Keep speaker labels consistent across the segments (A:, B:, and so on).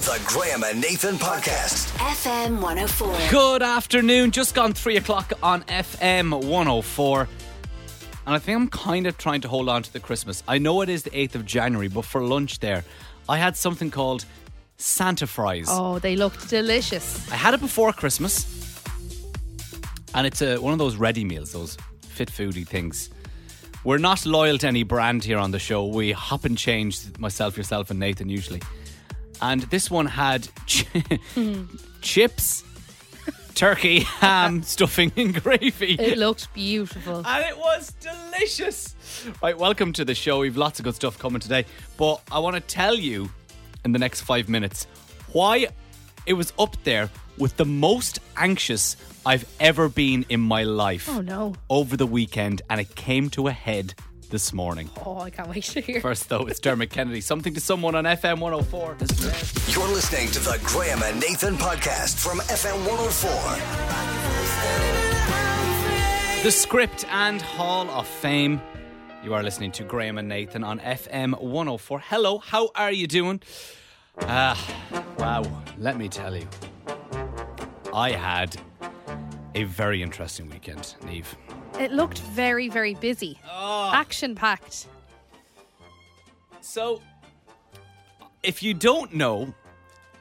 A: The Graham and Nathan Podcast.
B: FM 104.
C: Good afternoon. Just gone three o'clock on FM 104. And I think I'm kind of trying to hold on to the Christmas. I know it is the 8th of January, but for lunch there, I had something called Santa fries.
D: Oh, they looked delicious.
C: I had it before Christmas. And it's a, one of those ready meals, those fit foody things. We're not loyal to any brand here on the show. We hop and change, myself, yourself, and Nathan usually. And this one had ch- chips, turkey, ham, stuffing, and gravy.
D: It looked beautiful.
C: and it was delicious. Right, welcome to the show. We've lots of good stuff coming today, but I want to tell you in the next five minutes why it was up there with the most anxious I've ever been in my life.
D: Oh no.
C: Over the weekend, and it came to a head this morning.
D: Oh, I can't wait to hear.
C: First, though, it's Dermot Kennedy. Something to someone on FM 104.
A: You're listening to the Graham and Nathan Podcast from FM 104.
C: The script and Hall of Fame. You are listening to Graham and Nathan on FM 104. Hello, how are you doing? Ah, wow. Let me tell you, I had a very interesting weekend, Neve.
D: It looked very, very busy.
C: Ah.
D: Action packed.
C: So, if you don't know,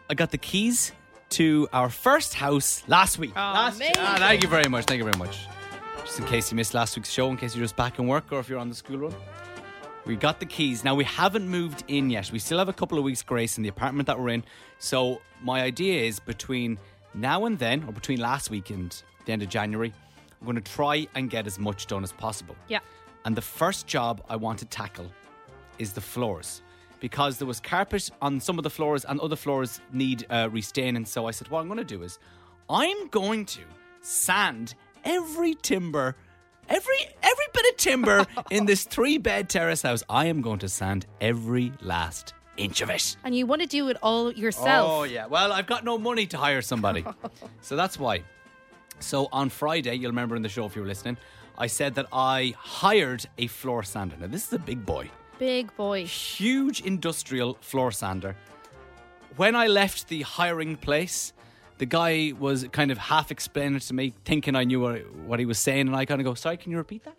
C: I got the keys to our first house last week. Last
D: Amazing.
C: Ah, thank you very much. Thank you very much. Just in case you missed last week's show, in case you're just back in work or if you're on the school run. We got the keys. Now, we haven't moved in yet. We still have a couple of weeks' grace in the apartment that we're in. So, my idea is between now and then, or between last week and the end of January, I'm going to try and get as much done as possible.
D: Yeah.
C: And the first job I want to tackle is the floors because there was carpet on some of the floors and other floors need uh, restaining. So I said, what I'm going to do is I'm going to sand every timber, every every bit of timber in this three bed terrace house. I am going to sand every last inch of it.
D: And you want to do it all yourself.
C: Oh yeah. Well, I've got no money to hire somebody, so that's why. So on Friday, you'll remember in the show if you were listening, I said that I hired a floor sander. Now this is a big boy,
D: Big boy.
C: huge industrial floor sander. When I left the hiring place, the guy was kind of half explaining it to me, thinking I knew what, what he was saying, and I kind of go, "Sorry, can you repeat that?"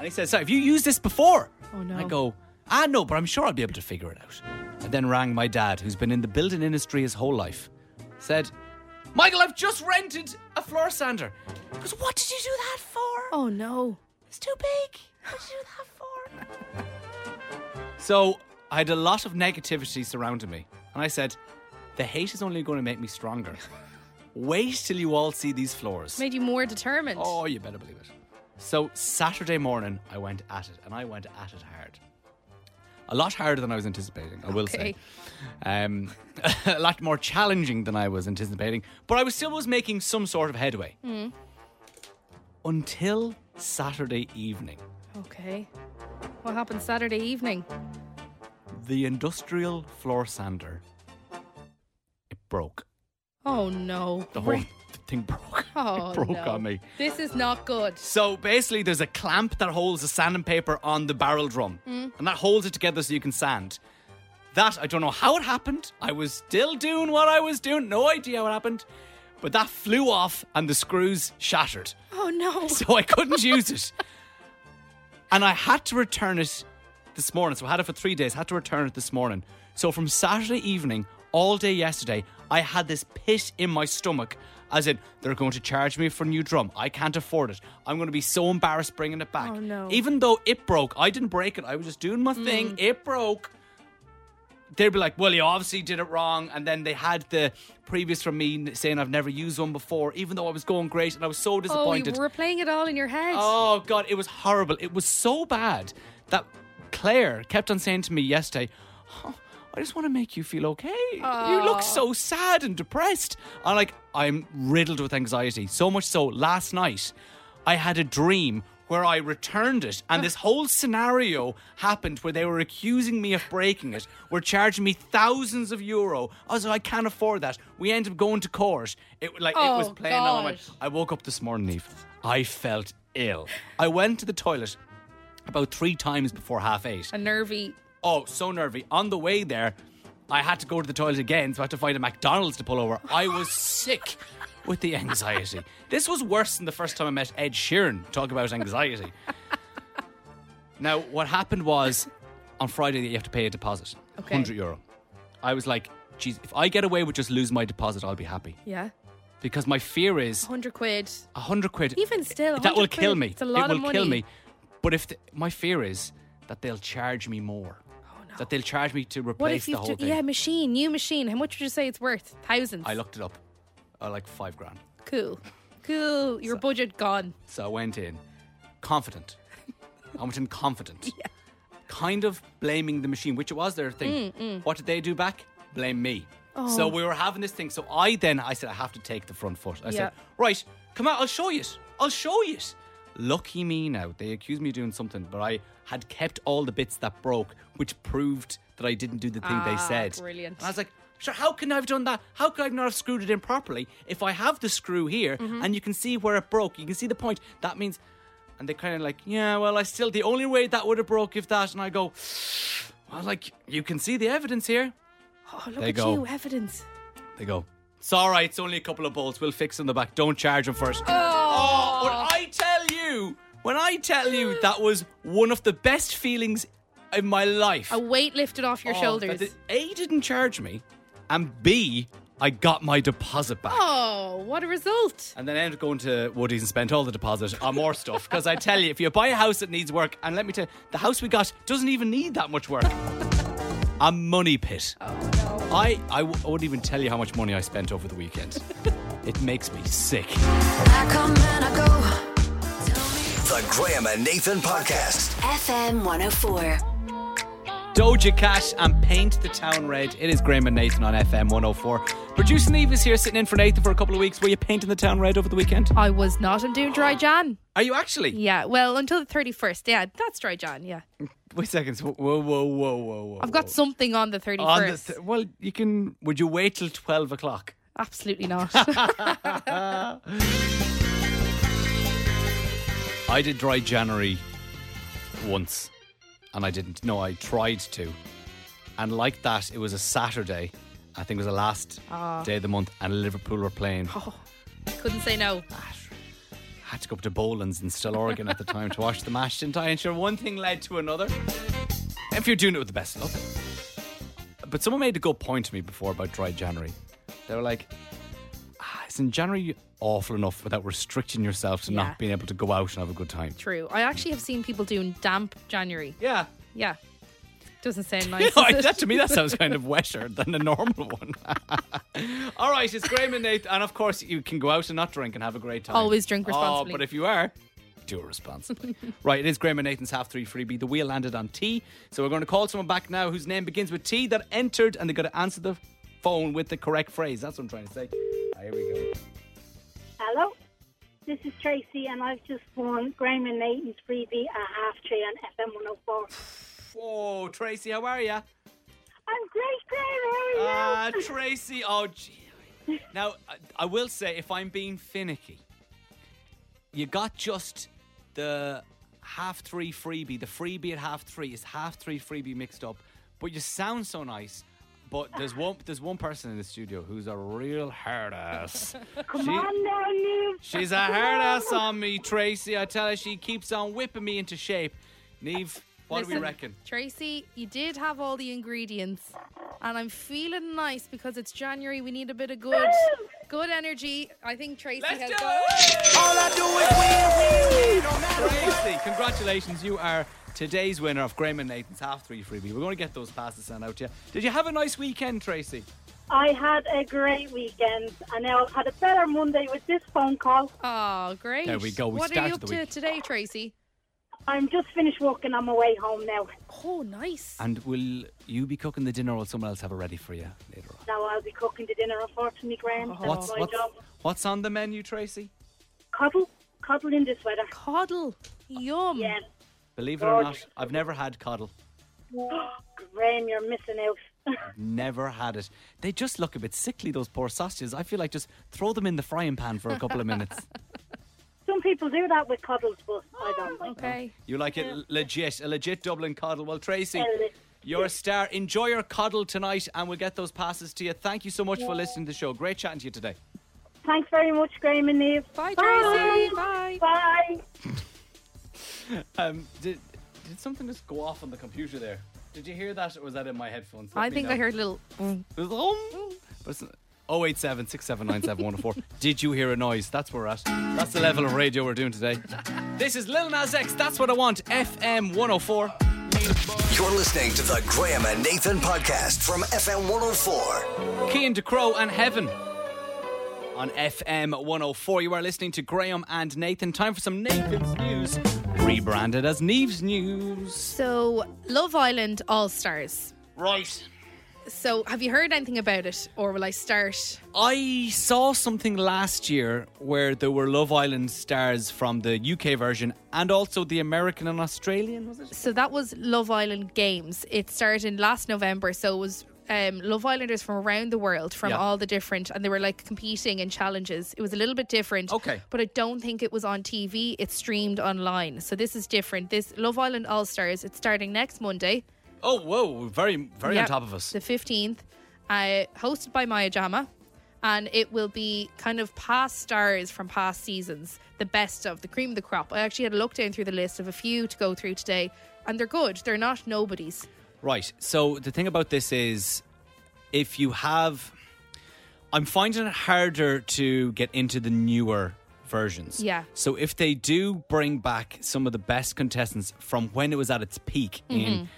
C: And he says, "Sorry, have you used this before?"
D: Oh, no.
C: And I go, "Ah, no, but I'm sure I'll be able to figure it out." And then rang my dad, who's been in the building industry his whole life. Said, "Michael, I've just rented a floor sander." He goes, "What did you do that for?"
D: Oh no.
C: It's too big. What did you do that for? so I had a lot of negativity surrounding me, and I said, "The hate is only going to make me stronger." Wait till you all see these floors.
D: Made you more determined.
C: Oh, you better believe it. So Saturday morning, I went at it, and I went at it hard. A lot harder than I was anticipating, I will say.
D: Okay.
C: Um, a lot more challenging than I was anticipating, but I was still was making some sort of headway.
D: Hmm.
C: Until Saturday evening,
D: Okay. What happened Saturday evening?
C: the industrial floor sander it broke.
D: Oh no.
C: The whole thing broke.
D: Oh
C: it broke
D: no.
C: on me.
D: This is not good.
C: So basically, there's a clamp that holds the sanding paper on the barrel drum,
D: Hmm.
C: Mm-hmm. and that holds it together so you can sand. That I don't know how it happened. I was still doing what I was doing. No idea what happened, but that flew off and the screws shattered,
D: Oh no.
C: so I couldn't use it. And I had to return it this morning. So I had it for three days. Had to return it this morning. So from Saturday evening all day yesterday, I had this pit in my stomach. As in, they're going to charge me for a new drum. I can't afford it. I'm going to be so embarrassed bringing it back.
D: Oh, no. Mm.
C: Even though it broke, I didn't break it. I was just doing my thing. It broke. They'd be like, well, you obviously did it wrong. And then they had the previous from me saying I've never used one before, even though I was going great and I was so
D: Oh, you
C: disappointed.
D: were playing it all in your head.
C: Oh god, it was horrible. It was so bad that Claire kept on saying to me yesterday, "Oh, "I just want to make you feel okay. You look so sad and depressed." I'm like, I'm riddled with anxiety. So much so, last night I had a dream where I returned it, and this whole scenario happened where they were accusing me of breaking it, were charging me thousands of euro. I was like, I can't afford that. We ended up going to court. It like it was
D: Oh,
C: playing on my
D: God.
C: mind. I woke up this morning, Eve. I felt ill. I went to the toilet about three times before half eight.
D: A nervy.
C: Oh, so nervy. On the way there, I had to go to the toilet again, so I had to find a McDonald's to pull over. I was sick with the anxiety. This was worse than the first time I met Ed Sheeran. Talk about anxiety. Now, what happened was on Friday that you have to pay a deposit,
D: Okay.
C: 100 euro. I was like, geez, if I get away with just losing my deposit, I'll be happy.
D: Yeah.
C: Because my fear is
D: 100 quid.
C: 100 quid.
D: Even still,
C: that will
D: 100
C: kill
D: quid,
C: me.
D: it's a lot
C: it will
D: of
C: kill
D: money.
C: me. But if the, my fear is that they'll charge me more, that they'll charge me to replace
D: Oh, What if
C: the
D: you've
C: whole
D: ju-
C: thing.
D: yeah machine new machine? How much would you say it's worth? Thousands.
C: I looked it up, uh, like five grand.
D: cool, cool. Your budget gone.
C: So I went in confident. I went in confident. Kind of blaming the machine, which it was their
D: Mm.
C: thing. What did they do back? Blame me.
D: Oh.
C: So we were having this thing. So I then I said I have to take the front foot. I said,
D: Yeah.
C: right, come out, I'll show you. I'll show you. Lucky me now. They accused me of doing something, but I had kept all the bits that broke, which proved that I didn't do the thing they
D: Ah,
C: said.
D: brilliant.
C: And I was like, sure, how can I have done that? How could I not have screwed it in properly? If I have the screw here
D: Mm-hmm.
C: and you can see where it broke, you can see the point. That means, and they're kind of like, yeah, well, I still, the only way that would have broke if that. And I go, well, like, you can see the evidence here.
D: Oh, look
C: There you
D: at
C: go.
D: you, evidence.
C: They go, it's all right, it's only a couple of bolts. We'll fix them the back. Don't charge them first.
D: Oh,
C: When I tell you, when I tell you that was one of the best feelings in my life.
D: a weight lifted off your
C: Oh,
D: shoulders.
C: that they- A didn't charge me, and B, I got my deposit back.
D: oh, what a result!
C: And then I ended up going to Woody's and spent all the deposit on more stuff. Because I tell you, if you buy a house that needs work, and let me tell you, the house we got doesn't even need that much work. A money pit.
D: Oh,
C: I I, w- I wouldn't even tell you how much money I spent over the weekend. it makes me sick.
B: I come and I go.
A: The Graham and Nathan Podcast.
B: FM 104.
C: Doja Cat and Paint the Town Red. It is Graham and Nathan on FM 104. Producer Neve is here sitting in for Nathan for a couple of weeks. Were you painting the town red over the weekend?
D: I was not. I'm doing dry Jan.
C: Are you actually?
D: Yeah, well, until the 31st. Yeah, that's dry Jan. Yeah,
C: Wait seconds. Whoa, whoa, whoa, whoa, whoa.
D: I've got something on the 31st.
C: whoa. Oh. On the th- well, you can. Would you wait till twelve o'clock?
D: Absolutely not.
C: I did dry January once, and I didn't. No, I tried to, and like that, it was a Saturday. I think it was the last
D: Oh.
C: day of the month, and Liverpool were playing.
D: Ah, Couldn't say no.
C: I had to go up to Boland's in Still Oregon at the time to watch the match, didn't I? And sure, one thing led to another. If you're doing it with the best of luck. But someone made a good point to me before about dry January. They were like, ah, isn't January awful enough without restricting yourself to
D: Yeah.
C: not being able to go out and have a good time?
D: True. I actually have seen people doing damp January.
C: Yeah.
D: Yeah, doesn't sound nice.
C: You know,
D: does it?
C: that to me that sounds kind of wetter than a normal one. All right, it's Graham and Nate, and of course you can go out and not drink and have a great time.
D: Always drink responsibly.
C: Oh, but if you are, do it responsibly. right, it is Graham and Nathan's half three freebie. The wheel landed on T, so we're going to call someone back now whose name begins with T that entered, and they got to answer the phone with the correct phrase. That's what I'm trying to say. Ah, Here we go.
E: Hello, this is Tracy, and I've just won Graham and Nathan's freebie at half three on FM 104.
C: Whoa, Tracy, how are you?
E: I'm great, Graham. How are
C: Ah,
E: you?
C: Tracy. Oh, gee. Now, I- I will say, if I'm being finicky, you got just the half three freebie. The freebie at half three is half three freebie mixed up. But you sound so nice. But there's one there's one person in the studio who's a real hard ass.
E: Come on now, Neil.
C: She's a hard ass on me, Tracy. I tell her she keeps on whipping me into shape. Neve, what do we
D: Listen,
C: reckon?
D: Tracy, you did have all the ingredients, and I'm feeling nice because it's January. We need a bit of good, good energy. I think Tracy
C: Let's
D: has
C: do
D: got.
C: it! All I do is win, win, win, Tracy, congratulations. You are today's winner of Graham and Nathan's Half Three Freebie. We're going to get those passes sent out to you. Did you have a nice weekend, Tracy?
E: I had a great weekend, and now I've had a better Monday with this phone call.
D: Oh, great!
C: There we go, we
D: what are
C: started
D: you up
C: the
D: to
C: week.
D: today, Tracy?
E: I'm just finished working on my way home now,
D: Oh, nice.
C: And will you be cooking the dinner or will someone else have it ready for you later on?
E: so I'll be cooking the dinner, unfortunately, Graham.
D: Oh.
E: That's
C: What's,
E: Oh, my
C: what's,
E: job.
C: what's on the menu, Tracy?
E: Cuddle, cuddle in this weather.
D: Coddle, yum.
E: Yeah,
C: Believe it or not,
E: Gorgeous.
C: I've never had coddle.
E: Graham, you're missing out.
C: Never had it. They just look a bit sickly, those poor sausages. I feel like just throw them in the frying pan for a couple of minutes.
E: Some people do that with cuddles, but I don't like
D: Okay.
C: You like it legit, Mm. a legit Dublin coddle. Well, Tracy,
E: it.
C: You're a star. Enjoy your cuddle tonight, and we'll get those passes to you. Thank you so much for listening to the show. Great chatting to you today.
E: Thanks very much, Graham and Eve.
D: Bye, Tracy. Bye.
E: Bye.
C: Um, did, did something just go off on the computer there? Did you hear that, or was that in my headphones? Let
D: I
C: me
D: think I
C: know.
D: heard a little.
C: It was, um, but Oh, it's 087 Did you hear a noise? That's where we're at. That's the level of radio we're doing today. This is Lil Nas X. That's what I want. FM 104.
A: You're listening to the Graham and Nathan podcast from FM 104.
C: Kean to Crow and Heaven on FM 104. You are listening to Graham and Nathan. Time for some Nathan's news, rebranded as Neve's news.
D: So, Love Island All Stars.
C: Right.
D: So, have you heard anything about it, or will I start?
C: I saw something last year where there were Love Island stars from the UK version and also the American and Australian, was it?
D: So that was Love Island Games. It started in last November, so it was um, Love Islanders from around the world, from
C: Yeah.
D: all the different, and they were like competing in challenges. It was a little bit different.
C: Okay.
D: But I don't think it was on TV. It's streamed online, so this is different. This Love Island All Stars. It's starting next Monday.
C: Oh, whoa, very, very
D: Yeah,
C: on top of us.
D: The 15th, uh, hosted by Maya Jama. And it will be kind of past stars from past seasons, the best of, the cream of the crop. I actually had a look down through the list of a few to go through today, and they're good. They're not nobodies.
C: Right. So the thing about this is, if you have, I'm finding it harder to get into the newer versions.
D: Yeah.
C: So if they do bring back some of the best contestants from when it was at its peak in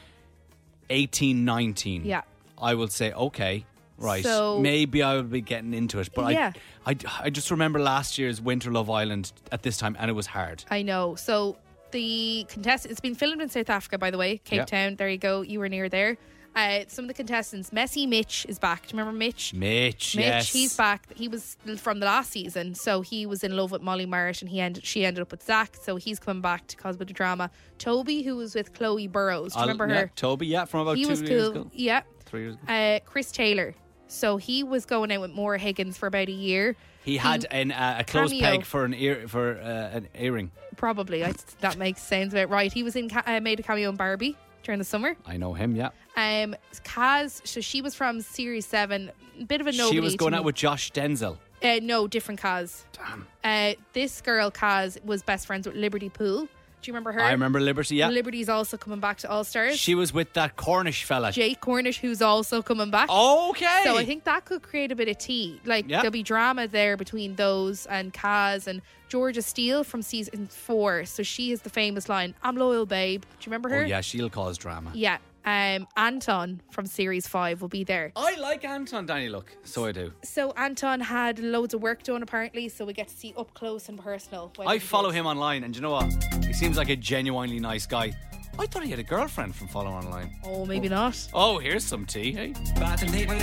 C: 18, 19,
D: Mm-hmm. Yeah.
C: I will say okay. Right,
D: So-
C: maybe I will be getting into it, but
D: Yeah.
C: I, I, I just remember last year's Winter Love Island at this time, and it was hard.
D: I know. So the contest it's been filmed in South Africa, by the way, Cape
C: Yeah.
D: Town. There you go. You were near there. Uh, some of the contestants, Messy Mitch is back. Do you remember Mitch?
C: Mitch,
D: Mitch,
C: yes,
D: he's back. He was from the last season, so he was in love with Molly Marsh, and he ended. She ended up with Zach, so he's coming back to cause a bit of drama. Toby, who was with Chloe Burrows, do you
C: I'll-
D: remember
C: yeah,
D: her?
C: Toby, yeah, from about
D: he
C: two
D: was
C: years
D: cool.
C: ago,
D: Yeah.
C: three years ago.
D: Uh, Chris Taylor, so he was going out with Maura Higgins for about a year.
C: He had an, uh, a closed
D: Cameo.
C: peg for an ear for uh, an earring.
D: Probably I, that makes sense about right. He was in ca- uh, made a cameo in Barbie during the summer.
C: I know him. Yeah,
D: Um, Kaz, so she was from Series Seven, bit of a nobody.
C: she was
D: to
C: going
D: me.
C: out with Josh Denzel.
D: uh, no different Kaz. Damn. Uh, this girl Kaz was best friends with Liberty Pool. Do you remember her?
C: I remember Liberty. Yeah,
D: Liberty's also coming back to All Stars.
C: she was with that Cornish fella.
D: Jake Cornish, who's also coming back.
C: okay,
D: So I think that could create a bit of tea. Like
C: Yeah.
D: there'll be drama there between those and Kaz and Georgia Steele from season four. So she has the famous line, "I'm loyal, babe." Do you remember
C: Oh
D: her?
C: yeah, she'll cause drama.
D: Yeah. Um, Anton from series five will be there.
C: I like Anton Danny. Look, so I do.
D: So Anton had loads of work done apparently, so we get to see up close and personal. what
C: I
D: he did.
C: follow him online, and you know what? He seems like a genuinely nice guy. I thought he had a girlfriend from follow online.
D: Oh, maybe not.
C: Oh, here's some tea. Hey, it's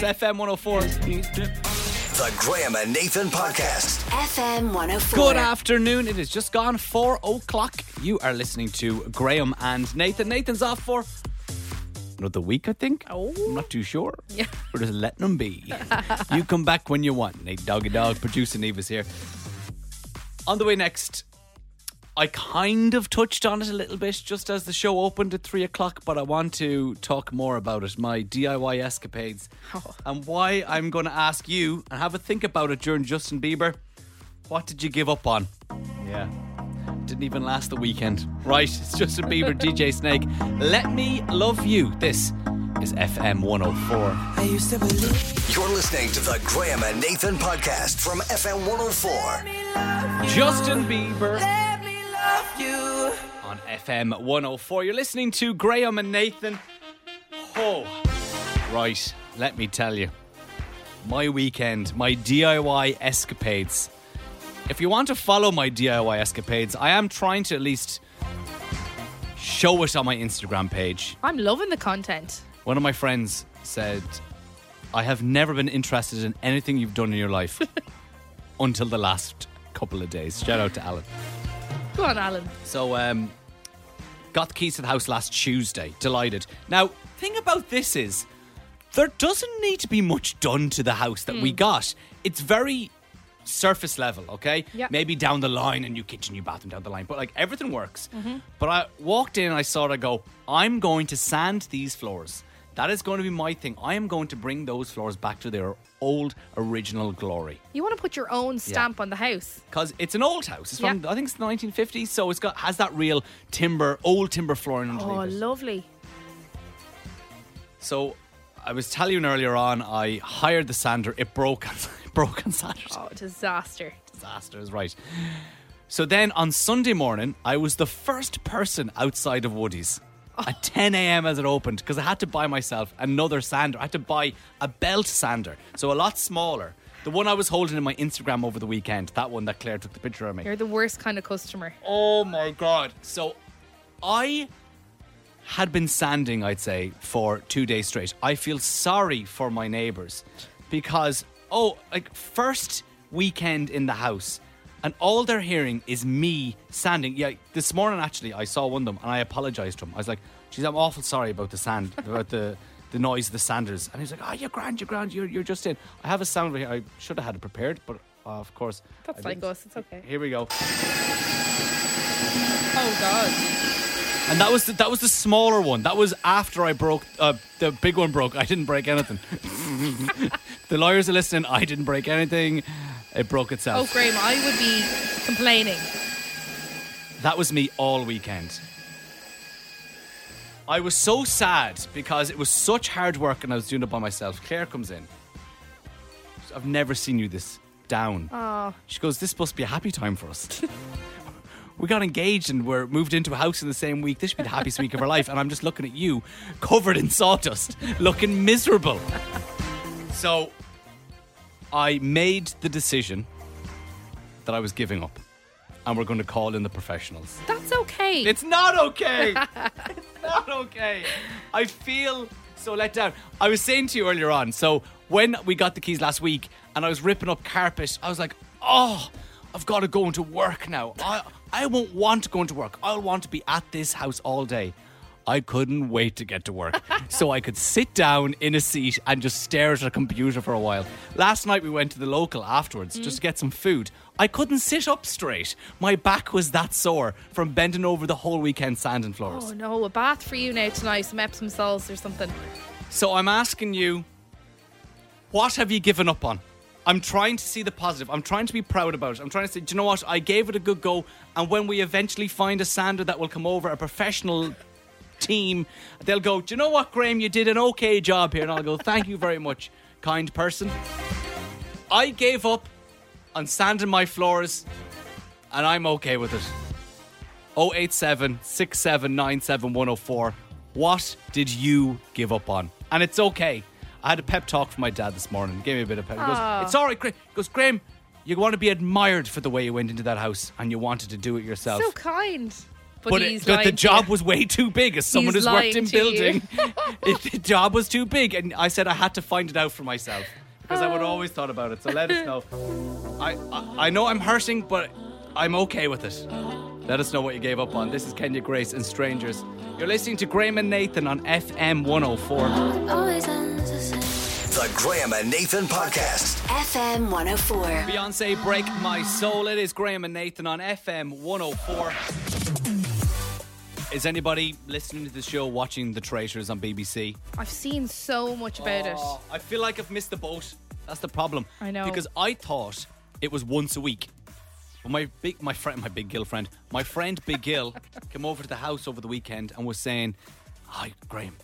C: FM 104.
A: The Graham and Nathan podcast.
B: FM 104.
C: Good afternoon. It is just gone four o'clock. You are listening to Graham and Nathan. Nathan's off for another week, I think. Oh. I'm not too sure. Yeah. We're just letting him be. you come back when you want. Nate Doggy Dog, producer Neve is here. On the way next, I kind of touched on it a little bit just as the show opened at three o'clock, but I want to talk more about it. My DIY escapades and why I'm going to ask you and have a think about it during Justin Bieber. What did you give up on? Yeah. Didn't even last the weekend. Right, it's Justin Bieber, DJ Snake. Let me love you. This is FM 104.
A: You're listening to the Graham and Nathan podcast from FM 104.
C: Justin Bieber. On FM 104. You're listening to Graham and Nathan. Oh. Right, let me tell you. My weekend, my DIY escapades. If you want to follow my DIY escapades, I am trying to at least show it on my Instagram page.
D: I'm loving the content.
C: One of my friends said, I have never been interested in anything you've done in your life until the last couple of days. Shout out to Alan.
D: Go on, Alan.
C: So, um, got the keys to the house last Tuesday. Delighted. Now, thing about this is, there doesn't need to be much done to the house that we got. It's very surface level, okay?
D: Yeah.
C: Maybe down the line, a new kitchen, new bathroom down the line, but like
A: Hmm.
C: Mm-hmm. everything works. But I walked in and I saw it. I go, I'm going to sand these floors. That is going to be my thing. I am going to bring those floors back to their old original glory.
D: You want to put your own stamp on the house.
C: because it's an old house. It's from
D: Yeah.
C: I think it's the 1950s, so it's got has that real timber, old timber flooring underneath
D: Oh,
C: it.
D: lovely.
C: so I was telling you earlier on, I hired the sander. It broke. On, it broke on Saturday.
D: Oh, disaster.
C: Disaster is right. So then on Sunday morning, I was the first person outside of Woody's.
D: Oh.
C: At 10 a.m. as it opened, because I had to buy myself another sander. I had to buy a belt sander, so a lot smaller. The one I was holding in my Instagram over the weekend, that one that Claire took the picture of me.
D: You're the worst kind of customer.
C: Oh my god. So I had been sanding, I'd say, for two days straight. I feel sorry for my neighbors because, oh, like first weekend in the house. And all they're hearing is me sanding. Yeah, this morning actually, I saw one of them and I apologized to him. I was like, "Geez, I'm awful sorry about the sand, about the the noise of the sanders." And he's like, "Oh, you're grand, you're grand, you're, you're just in." I have a sound here. I should have had it prepared, but uh, of course,
D: That's
C: I
D: like
C: didn't.
D: us, it's okay.
C: Here we go.
D: Oh, God.
C: And that was the, that was the smaller one. That was after I broke uh, the big one broke. I didn't break anything. the lawyers are listening. I didn't break anything. It broke
D: Oh,
C: itself.
D: Graham, I would be complaining.
C: That was me all weekend. I was so sad because it was such hard work and I was doing it by myself. Claire comes in. I've never seen you this down. She goes, This must be a happy time for us. we got engaged and we're moved into a house in the same week. This should be the happiest week of our life. And I'm just looking at you, covered in sawdust, looking miserable. so I made the decision that I was giving up. And we're going to call in the professionals.
D: That's okay.
C: It's not okay. it's not okay. I feel so let down. I was saying to you earlier on, so when we got the keys last week and I was ripping up carpet, I was like, oh, I've got to go into work now. I, I won't want to go into work. I'll want to be at this house all day. I couldn't wait to get to work so I could sit down in a seat and just stare at a computer for a while. Last night we went to the local afterwards just to get some food. I couldn't sit up straight. My back was that sore from bending over the whole weekend sanding floors.
D: oh, no, a bath for you now tonight, some Epsom salts or something.
C: So I'm asking you, what have you given up on? I'm trying to see the positive. I'm trying to be proud about it. I'm trying to say, do you know what? I gave it a good go, and when we eventually find a sander that will come over, a professional team, they'll go, do you know what, Graham? You did an okay job here, and I'll go, thank you very much, kind person. I gave up on sanding my floors, and I'm okay with it. 087 679 104. What did you give up on? And it's okay. I had a pep talk from my dad this morning. He gave me a bit of pep. He goes, It's all right, Graham. He goes, Graham, you want to be admired for the way you went into that house and you wanted to do it yourself.
D: So kind. But,
C: but
D: he's
C: it, but
D: lying
C: the
D: to
C: job
D: you.
C: was way too big as someone
D: He's
C: who's worked
D: lying
C: in
D: to you.
C: building. it, the job was too big. And I said I had to find it out for myself because
D: Oh.
C: I would always thought about it. So let us know. I, I, I know I'm hurting, but I'm okay with it. Let us know what you gave up on. This is Kenya Grace and Strangers. You're listening to Graham and Nathan on FM 104.
B: Always ends the same.
A: The Graham and Nathan Podcast.
B: FM 104.
C: Beyonce, Break My Soul. It is Graham and Nathan on FM 104. Is anybody listening to the show watching The Traitors on BBC?
D: I've seen so much about
C: Oh, I feel like I've missed the boat. That's the problem.
D: I know.
C: Because I thought it was once a week. Well, my big my friend my big Gil friend, my friend Big Gil came over to the house over the weekend and was saying, Hi, Graham,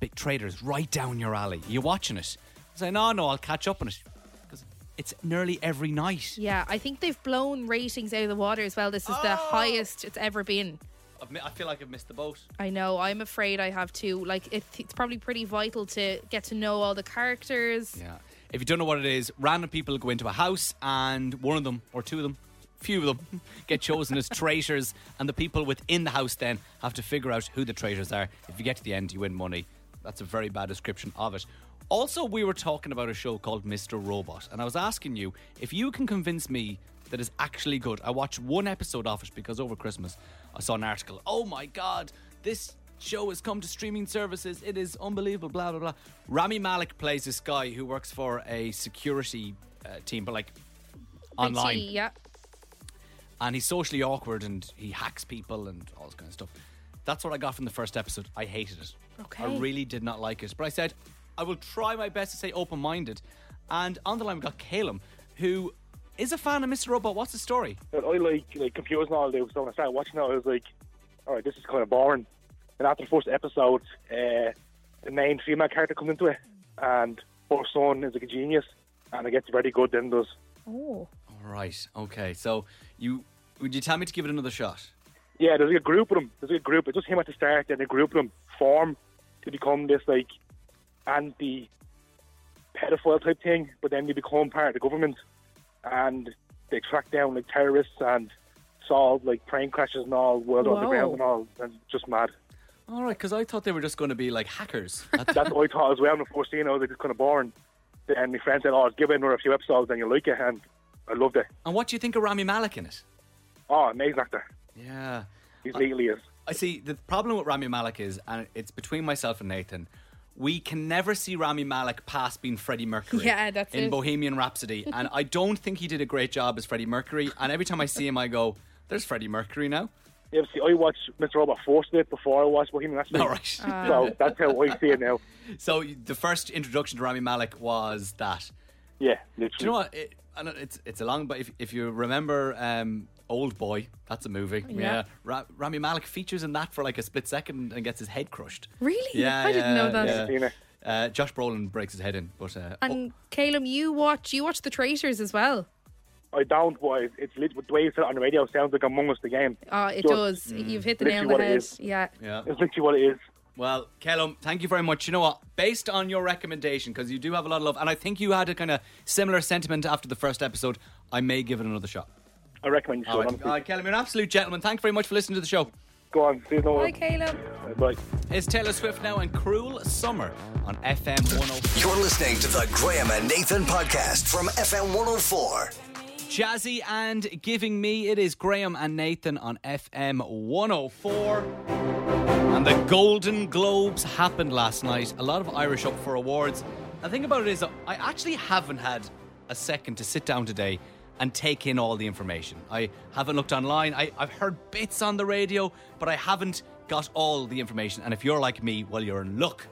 C: Big Traders, right down your alley. You watching it? I was like, No, no, I'll catch up on it. Because it's nearly every night.
D: it. Yeah, I think they've blown ratings out of the water as well. This is the
C: Oh.
D: highest it's ever been.
C: I've, mi- I feel like I've missed the boat.
D: I know. I'm afraid I have to. Like, it, it's probably pretty vital to get to know all the characters.
C: Yeah. If you don't know what it is, random people go into a house and one of them or two of them, few of them, get chosen as traitors, and the people within the house then have to figure out who the traitors are. If you get to the end, you win money. That's a very bad description of it. Also, we were talking about a show called Mr. Robot, and I was asking you if you can convince me that is actually good. I watched one episode of it because over Christmas I saw an article. Oh my god, this show has come to streaming services. It is unbelievable. Blah blah blah. Rami Malik plays this guy who works for a security uh, team, but like
D: IT,
C: online,
D: yeah.
C: and he's socially awkward and he hacks people and all this kind of stuff. That's what I got from the first episode. I hated it. I
D: Okay.
C: really did not like it. But I said, I will try my best to stay open minded. And on the line, we got Calum, who is a fan of Mr. Robot. What's the story?
F: But I like like computers and all that. So when I started watching it, I was like, all right, this is kind of boring. And after the first episode, uh, the main female character comes into it, and her son is like a genius, and it gets very good. Then does
D: Oh.
C: All right. Okay. So you would you tell me to give it another shot?
F: yeah, there's like a group of them. There's like a group. It's just him at the start, and a group of them form to become this like anti pedophile type thing. But then they become part of the government, and they track down like terrorists and solve like plane crashes and all, world
D: Whoa.
F: underground and all, and it's just mad.
C: All right, because I thought they were just going to be like hackers. Uh, That's-
F: That's what I thought as well. And of course, you know, they're just kind of boring. And my friend said, "Oh, give it another few episodes, and you'll like it." And I loved it.
C: and what do you think of Rami Malek in it?
F: Oh, amazing actor.
C: Yeah.
F: He's legally is.
C: I see. The problem with Rami Malek is, and it's between myself and Nathan, we can never see Rami Malek past being Freddie Mercury.
D: Yeah, that's
C: in
D: it.
C: Bohemian Rhapsody, and I don't think he did a great job as Freddie Mercury. And every time I see him, I go, "There's Freddie Mercury now."
F: Yeah, but see, I watched Mr. Robot first bit before I watched Bohemian Rhapsody.
C: All right.
F: So that's how I see it now.
C: so the first introduction to Rami Malek was that.
F: Yeah, literally.
C: Do you know what? It, I know it's it's a long, but if if you remember. Um, Old Boy, that's a movie. Yeah. Ra- Rami Malek features in that for like a split second and gets his head crushed.
D: Really?
C: Yeah.
D: I didn't
C: yeah,
D: know that.
C: yeah.
F: Seen it.
C: Uh, Josh Brolin breaks his head in, but uh,
D: And Calum, you watch you watch The Traitors as well.
F: I øh, don't. Why it's lit with the way you said it on the radio sounds like Among Us the game.
D: Uh, it
F: Just-
D: does.
C: Mm.
D: You've hit the
F: Literally
D: nail on
F: what
D: the
F: it
D: head.
F: is.
D: Yeah.
C: oh, yeah.
F: It's literally what it is.
C: Well, Kellum, thank you very much. You know what? Based on your recommendation, because you do have a lot of love, and I think you had a kind of similar sentiment after the first episode, I may give it another shot.
F: I recommend you
C: All
F: should.
C: right.
F: honestly.
C: Uh, Kellum, you're an absolute gentleman. Thank you very much for listening to the show.
F: Go on, see you no
D: Hi, Calum.
F: Bye.
C: It's Taylor Swift now and Cruel Summer on FM 104.
A: You're listening to the Graham and Nathan podcast from FM 104.
C: Jazzy and Giving Me. It is Graham and Nathan on FM 104. And the Golden Globes happened last night. A lot of Irish up for awards. The thing about it is, that I actually haven't had a second to sit down today and take in all the information. I haven't looked online. I, I've heard bits on the radio, but I haven't got all the information. And if you're like me, well, you're in luck.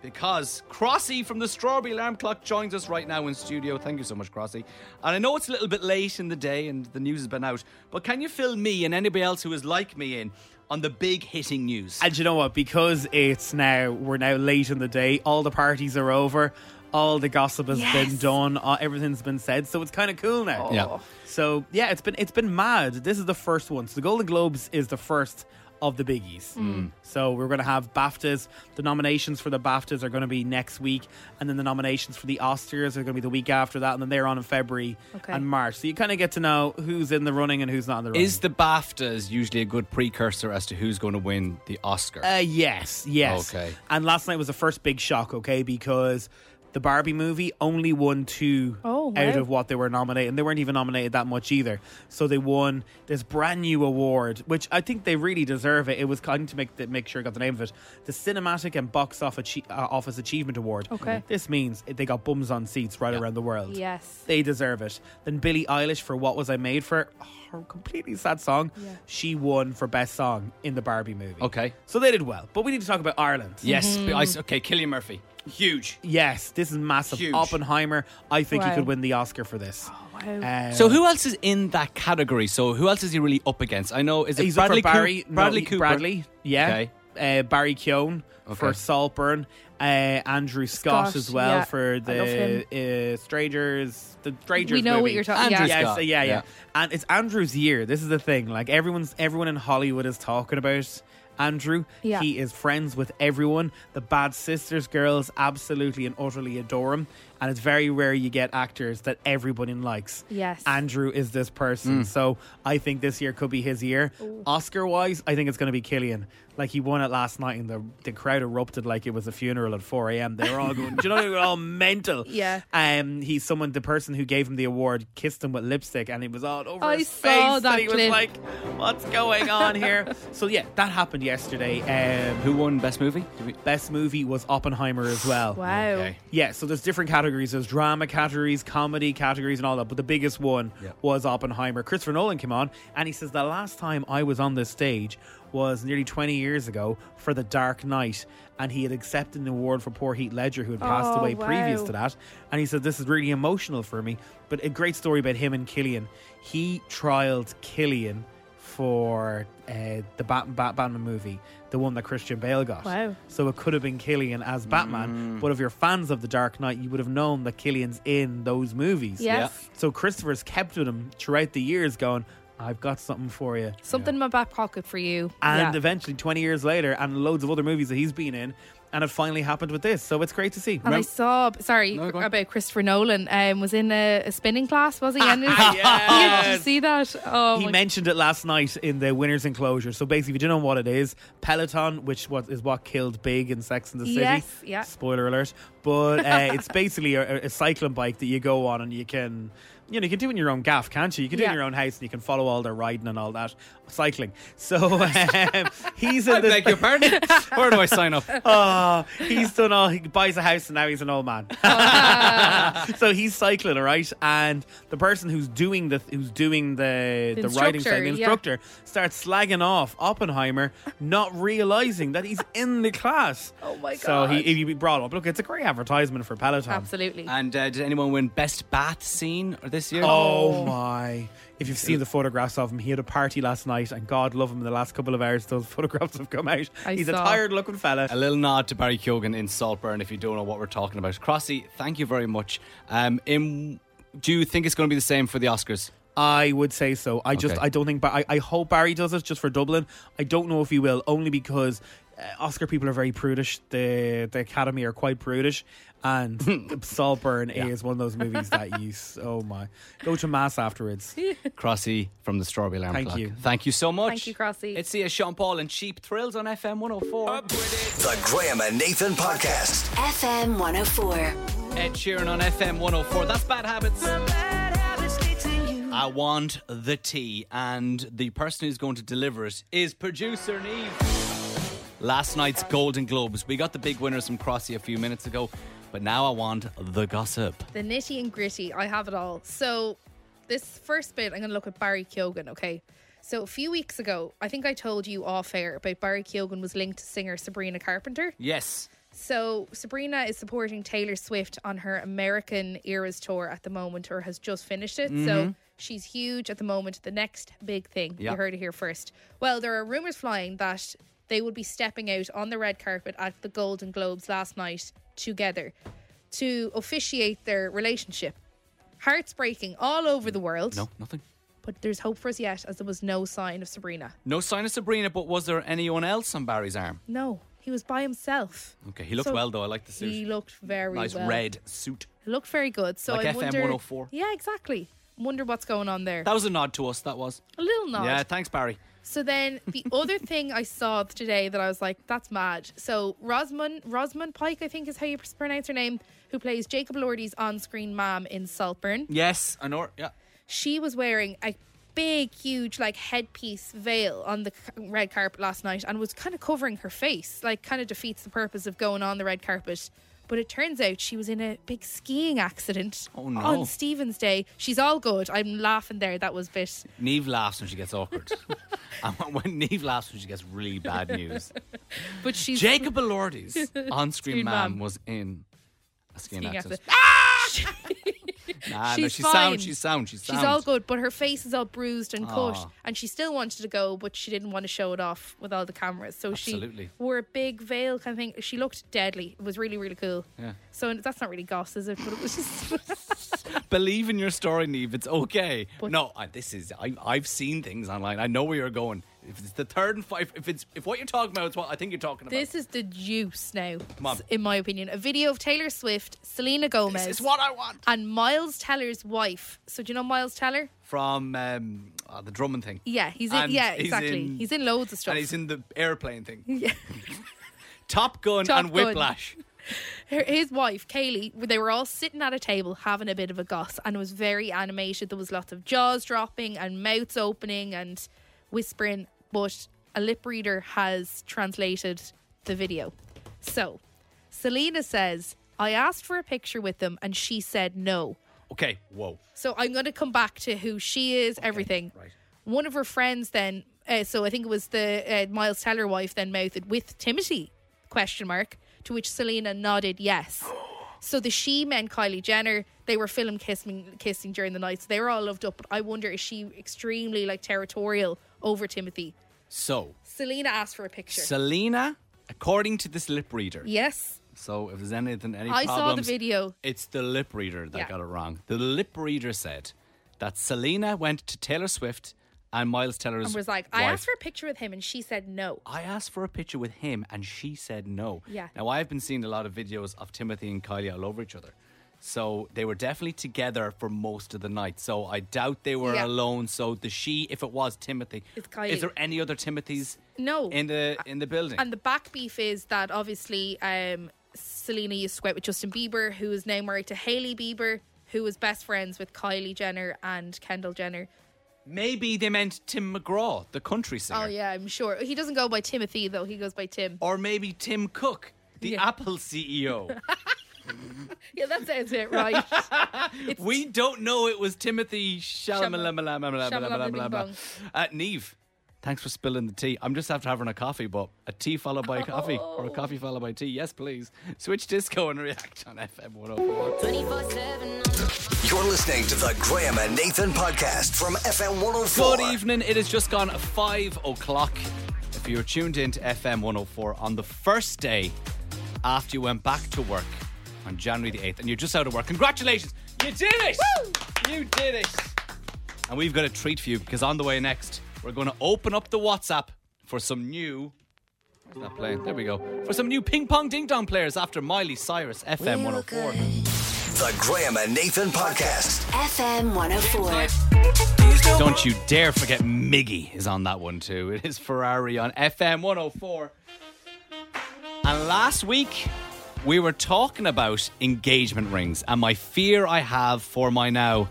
C: Because Crossy from the Strawberry Alarm Clock joins us right now in studio. Thank you so much, Crossy. And I know it's a little bit late in the day and the news has been out, but can you fill me and anybody else who is like me in on the big hitting news?
G: And you know what? Because it's now we're now late in the day. All the parties are over. All the gossip has been done. All, everything's been said. So it's kind of cool now.
C: Yeah.
G: So yeah, it's been it's been mad. This is the first one. So the Golden Globes is the first of the biggies.
C: Mm.
G: So we're going to have BAFTAs. The nominations for the BAFTAs are going to be next week, and then the nominations for the Oscars are going to be the week after that, and then they're on in February
D: Okay.
G: and March. So you kind of get to know who's in the running and who's not in the running.
C: Is the BAFTAs usually a good precursor as to who's going to win the Oscar?
G: Uh, yes, yes.
C: Okay.
G: And last night was the first big shock, okay, because the Barbie movie only won two
D: Oh, wow.
G: out of what they were nominated, and they weren't even nominated that much either. So they won this brand new award, which I think they really deserve it. It was kind to make the, make sure I got the name of it, the Cinematic and Box Office, Achie- uh, Office Achievement Award.
D: Okay.
G: This means they got bums on seats right around the world.
D: Yes.
G: They deserve it. Then Billie Eilish for What Was I Made For? Her completely sad song. She won for Best Song in the Barbie movie.
C: Okay.
G: So they did well. But we need to talk about Ireland.
C: yes. I s okay, Killian Murphy. Huge.
G: Yes, this is massive.
C: Huge.
G: Oppenheimer, I think
D: Wow. Oh,
G: he could win the Oscar for this.
D: wow.
G: Um,
C: So who else is in that category? So who else is he really up against? I know is it
G: he's up
C: Bradley
G: for Barry,
C: Coop-
G: no,
C: Bradley
G: he-
C: Cooper.
G: Bradley, yeah. Uh, Barry Keown for
C: Okay.
G: Saltburn. Uh, Andrew Scott,
D: Scott,
G: as well
D: yeah. I
G: for
D: love him.
G: the uh, Strangers. The Strangers.
D: know what
G: movie.
D: you're talking-
C: Andrew
D: yeah.
G: Yes,
C: Scott.
G: yeah, yeah,
C: Yeah.
G: And it's Andrew's year. This is the thing. Like everyone's everyone in Hollywood is talking about Andrew.
D: Yeah.
G: He is friends with everyone. The Bad Sisters girls absolutely and utterly adore him. And it's very rare you get actors that everybody likes.
D: Yes.
G: Andrew is this person.
C: Mm.
G: So I think this year could be his year. Oscar wise, I think it's gonna be Killian. Like he won it last night and the the crowd erupted like it was a funeral at four AM. They were all going, Do you know they were all mental.
D: Yeah.
G: Um, he's someone. The person who gave him the award kissed him with lipstick, and it was all over
D: I
C: Oh,
G: his
D: saw
G: face.
D: that
G: and he
D: clip.
G: was like, "What's going on here?" so yeah, that happened yesterday. Um,
C: Who won Best Movie? Did we-
G: best movie was Oppenheimer as well.
D: Wow.
C: Okay.
G: Yeah, so there's different categories. There's drama categories, comedy categories, and all that. But the biggest one
H: Yeah.
G: was Oppenheimer. Christopher Nolan came on, and he says the last time I was on this stage was nearly 20 years ago for The Dark Knight, and he had accepted an award for poor Heath Ledger, who had passed
D: Oh,
G: away previous
D: wow.
G: to that. And he said this is really emotional for me. But a great story about him and Killian. He trialed Killian for uh, the Bat- Batman movie, the one that Christian Bale got.
D: Wow.
G: So it could have been Killian as Batman, but if you're fans of The Dark Knight, you would have known that Killian's in those movies.
D: Yes.
G: So Christopher's kept with him throughout the years, going, I've got something for you.
D: Something in my back pocket for you.
G: And
D: Yeah.
G: eventually, 20 years later, and loads of other movies that he's been in, and it finally happened with this. So it's great to see.
D: And I saw, sorry,
C: No, go on.
D: about Christopher Nolan um, was in a, a spinning class, was he? And
G: Yes.
D: Did you see that? Oh,
G: he
D: my-
G: mentioned it last night in the winner's enclosure. So basically, if you don't know what it is, Peloton, which what is what killed Big in Sex and the City.
D: Yes, yeah.
G: Spoiler alert. But uh, it's basically a, a cycling bike that you go on and you can, you know, you can do it in your own gaff, can't you? You can do it in
D: Yeah.
G: your own house and you can follow all their riding and all that cycling. So um, he's in
C: I
G: this.
C: beg your pardon. Where do I sign up?
G: Oh, he's done all. He buys a house and now he's an old man. so he's cycling, all right. And the person who's doing the who's doing the the,
D: The
G: riding side, the
D: instructor, yeah.
G: instructor, starts slagging off Oppenheimer, not realizing that he's in the class.
D: Oh my
G: So he
D: God.
G: he be brought up. Look, it's a great advertisement for Peloton.
D: Absolutely.
C: And uh, did anyone win best bath scene or this year?
G: Oh my! If you've seen the photographs of him, he had a party last night, and God love him. In the last couple of hours, those photographs have come out.
D: I
G: he's a
D: saw.
G: tired-looking fella.
C: A little nod to Barry Keoghan in Saltburn if you don't know what we're talking about. Crossy, thank you very much. Um, in, do you think it's going to be the same for the Oscars?
G: I would say so. I just
C: Okay.
G: I don't think. Bar- I I hope Barry does it just for Dublin. I don't know if he will, only because uh, Oscar people are very prudish. The the Academy are quite prudish, and Saltburn is one of those movies that you. s- Oh my! Go to mass afterwards.
C: Crossy from the Strawberry Alarm
G: Thank
C: Clock.
G: you.
C: Thank you so much.
D: Thank you, Crossy.
C: It's here, Sean Paul and Cheap Thrills on FM 104.
A: The Graham and Nathan Podcast.
B: FM 104.
C: Ed Sheeran on FM 104. That's Bad Habits. I want the tea, and the person who's going to deliver it is producer Neve. Last night's Golden Globes. We got the big winners from Crossy a few minutes ago, but now I want the gossip.
D: the nitty and gritty. I have it all. So, this first bit, I'm going to look at Barry Keoghan, okay? So, a few weeks ago, I think I told you off air about Barry Keoghan was linked to singer Sabrina Carpenter.
C: Yes.
D: So, Sabrina is supporting Taylor Swift on her American Eras tour at the moment, or has just finished it.
G: Mm-hmm.
D: So, she's huge at the moment. The next big thing.
C: Yeah.
D: You heard it here first. Well, there are rumors flying that they will be stepping out on the red carpet at the Golden Globes last night together to officiate their relationship. Hearts breaking all over the world,
C: No, nothing.
D: but there's hope for us yet, as there was no sign of Sabrina.
C: No sign of Sabrina, but was there anyone else on Barry's arm?
D: No, he was by himself.
C: Okay, he looked
D: So
C: well though. I like the
D: He
C: suit.
D: looked very
C: Nice
D: well.
C: red suit.
D: It looked very good. So
C: Like
D: I
C: FM
D: wonder,
C: 104.
D: Yeah, exactly. Wonder what's going on there.
C: That was a nod to us. That was.
D: a little nod.
C: Yeah, thanks, Barry.
D: So then the other thing I saw today that I was like, that's mad. So Rosamund Rosamund Pike, I think is how you pronounce her name, who plays Jacob Lordy's on-screen mom in Saltburn.
C: Yes, I know. Yeah.
D: She was wearing a big, huge, like headpiece veil on the c- red carpet last night and was kind of covering her face. Like, kind of defeats the purpose of going on the red carpet. But it turns out she was in a big skiing accident
C: Oh, no.
D: on Stephen's Day. She's all good. I'm laughing there. That was a bit.
C: Neve laughs when she gets awkward. and when- when Neve laughs when she gets really bad news.
D: But she's
C: Jacob Elordi's on screen
D: Screen
C: man
D: man.
C: was in a skiing
D: skiing
C: accident.
D: accident.
C: Ah! Nah, no,
D: She's
C: she's
D: fine.
C: sound, she's sound, she's sound. Ah.
D: She's all good, but her face is all bruised and
C: Aw.
D: cut, and she still wanted to go, but she didn't want to show it off with all the cameras. So
C: Absolutely.
D: she wore a big veil kind of thing. She looked deadly. It was really, really cool.
C: Yeah.
D: So that's not really goss, is it? But it was just
C: Believe in your story, Neve. It's okay.
D: But-
C: no, I, this is I, I've seen things online. I know where you're going. If it's the third and five, if it's if what you're talking about is what I think you're talking about.
D: this is the juice now,
C: on.
D: in my opinion. A video of Taylor Swift, Selena Gomez,
C: this is what I want
D: and Miles Teller's wife. So do you know Miles Teller?
C: from um, uh, the drumming thing.
D: Yeah, he's in.
C: And
D: yeah,
C: he's
D: exactly.
C: in-
D: he's in loads of stuff.
C: and he's in the airplane thing. Top Gun
D: Top
C: and
D: Gun.
C: Whiplash.
D: her, his wife Kaylee, they were all sitting at a table having a bit of a goss, and it was very animated. There was lots of jaws dropping and mouths opening and whispering, but a lip reader has translated the video. So Selena says, I asked for a picture with them and she said no.
C: Okay, whoa.
D: So I'm going to come back to who she is, everything.
C: right.
D: One of her friends then, uh, so I think it was the uh, Miles Teller wife, then mouthed with Timothy question mark to which Selena nodded yes. So the she men Kylie Jenner they were film kissing kissing during the night, so they were all loved up. But I wonder is she extremely like territorial over Timothy?
C: So,
D: Selena asked for a picture.
C: Selena, according to this lip reader.
D: yes,
C: So, if there's anything, any
D: I saw the
C: problems,
D: video.
C: It's the lip reader that
D: Yeah.
C: got it wrong. The lip reader said that Selena went to Taylor Swift and Miles Teller's
D: and was like,
C: wife.
D: I asked for a picture with him, and she said no.
C: I asked for a picture with him and she said no.
D: Yeah.
C: Now I've been seeing a lot of videos of Timothy and Kylie all over each other. So they were definitely together for most of the night. So I doubt they were
D: Yeah.
C: alone. So the she, if it was Timothy,
D: It's Kylie.
C: is there any other Timothys?
D: No.
C: in the in the building.
D: And the back beef is that obviously um, Selena used to go out with Justin Bieber, who is now married to Hailey Bieber, who was best friends with Kylie Jenner and Kendall Jenner.
C: Maybe they meant Tim McGraw, the country singer, Oh.
D: Oh yeah, I'm sure he doesn't go by Timothy though; he goes by Tim.
C: or maybe Tim Cook, the
D: Oh. Yeah.
C: Apple E CEO.
D: Yeah, that sounds it right. it's
C: we don't know it was Timothy Shalamalamalamalamalamalamalam. Uh, Neve, thanks for spilling the tea. I'm just after having a coffee, but a tea followed by a coffee or a coffee followed by tea. Yes, please. Switch disco and react on FM 104.
B: 24 7 on
A: You're listening to the Graham and Nathan podcast from FM 104.
C: Good evening. It has just gone five o'clock. If you're tuned in to FM 104 on the first day after you went back to work on January the 8th and you're just out of work, congratulations! You did it! You did it! And we've got a treat for you because on the way next, we're going to open up the WhatsApp for some new. Where's that playing? There we go. For some new ping pong ding dong players after Miley Cyrus, FM 104.
A: The Graham and Nathan podcast.
B: FM 104.
C: Don't you dare forget Miggy is on that one too. It is Ferrari on FM 104. And last week we were talking about engagement rings and my fear I have for my now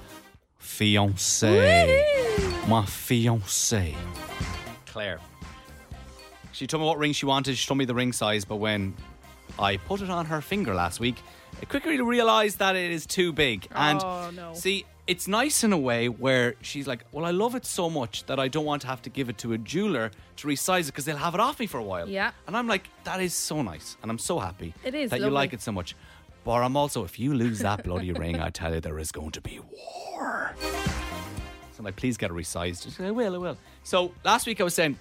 C: fiance. My fiance. Claire. She told me what ring she wanted, she told me the ring size, but when I put it on her finger last week, I quickly realized that it is too big. And
D: Oh, no.
C: see, it's nice in a way where she's like, Well, I love it so much that I don't want to have to give it to a jeweler to resize it because they'll have it off me for a while.
D: Yeah.
C: And I'm like, That is so nice. And I'm so happy
D: It is
C: that you
D: lovely.
C: like it so much. But I'm also, if you lose that bloody ring, I tell you, there is going to be war. So I'm like, please get it resized. She's like, I will, I will. So last week I was saying,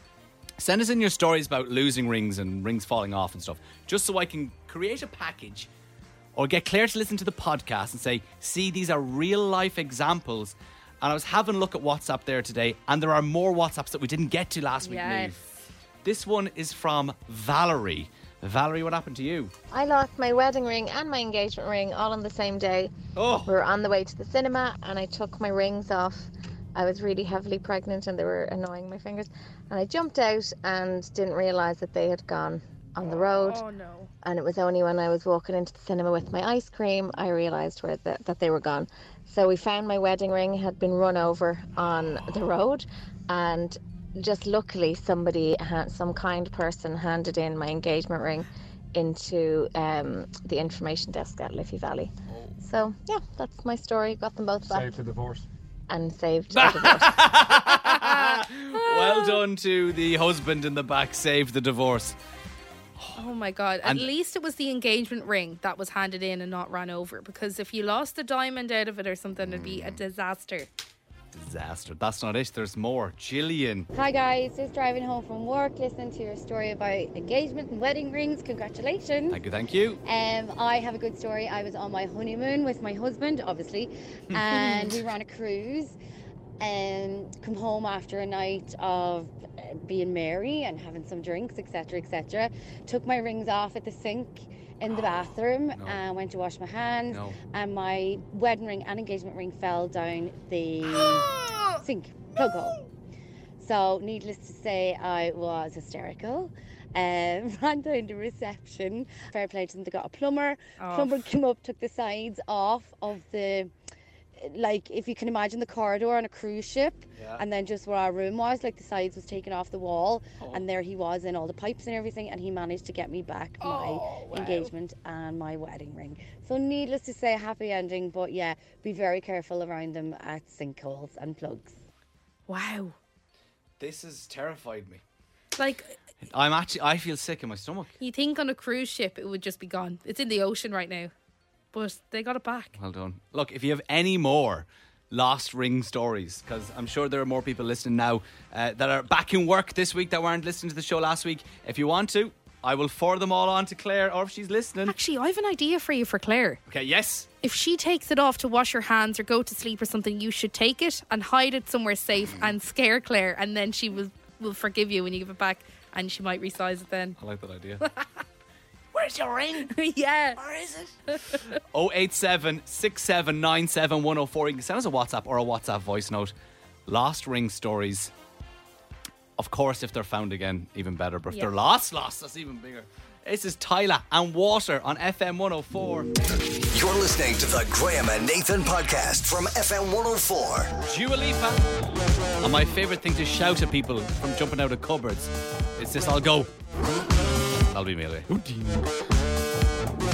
C: send us in your stories about losing rings and rings falling off and stuff, just so I can create a package or get Claire to listen to the podcast and say, see, these are real life examples. And I was having a look at WhatsApp there today, and there are more WhatsApps that we didn't get to last week.
D: Yes.
C: Niamh. This one is from Valerie. Valerie, what happened to you?
H: I lost my wedding ring and my engagement ring all on the same day.
C: Oh.
H: We were on the way to the cinema and I took my rings off. I was really heavily pregnant and they were annoying my fingers. And I jumped out and didn't realize that they had gone on the road.
D: Oh no.
H: And it was only when I was walking into the cinema with my ice cream I realized where the, that they were gone. So we found my wedding ring had been run over on the road, and just luckily somebody, had, some kind person, handed in my engagement ring into um, the information desk at Liffey Valley. So yeah, that's my story. Got them both back. Oh. Saved the divorce. And saved the divorce.
C: well done to the husband in the back, save the divorce.
D: Oh my god! At least it was the engagement ring that was handed in and not ran over. Because if you lost the diamond out of it or something, it'd be a disaster.
C: Disaster. That's not it. There's more. Jillian.
I: Hi guys, just driving home from work, listening to your story about engagement and wedding rings. Congratulations.
C: Thank you. Thank you.
I: Um, I have a good story. I was on my honeymoon with my husband, obviously,
C: Hmm.
I: and we were on a cruise. And come home after a night of uh, being merry and having some drinks, etc., etc. Took my rings off at the sink in the bathroom and went to wash my hands.
C: Oh, No.
I: And my wedding ring and engagement ring fell down the sink plug hole. So, needless to say, I was hysterical. Um, ran down to reception. Fair play to them, they got a plumber.
D: Oh,
I: plumber came up, took the sides off of the like if you can imagine the corridor on a cruise ship,
C: Yeah.
I: and then just where our room was, like the sides was taken off the wall, and there he was in all the pipes and everything, and he managed to get me back my engagement and my wedding ring. So needless to say, happy ending, but yeah, be very careful around them at sinkholes and plugs.
D: Wow.
C: This has terrified me.
D: Like
C: I'm actually. I feel sick in my stomach.
D: you think on a cruise ship it would just be gone. It's in the ocean right now. But they got it back.
C: Well done. Look, if you have any more lost ring stories, because I'm sure there are more people listening now uh, that are back in work this week that weren't listening to the show last week, if you want to, I will forward them all on to Claire, or if she's listening.
D: Actually, I have an idea for you for Claire.
C: Okay, yes.
D: If she takes it off to wash her hands or go to sleep or something, you should take it and hide it somewhere safe and scare Claire, and then she will will forgive you when you give it back, and she might resize it then.
C: I like that idea.
B: Where's your ring?
D: yeah.
B: Where is it?
C: 087 6797 104. You can send us a WhatsApp or a WhatsApp voice note. Lost ring stories. Of course, if they're found again, even better. But if
D: Yeah.
C: they're lost, lost, that's even bigger. This is Tyler and Water on FM 104.
A: You're listening to the Graham and Nathan podcast from FM 104.
C: Dua Lipa. And my favourite thing to shout at people from jumping out of cupboards is this I'll go. That'll be me later.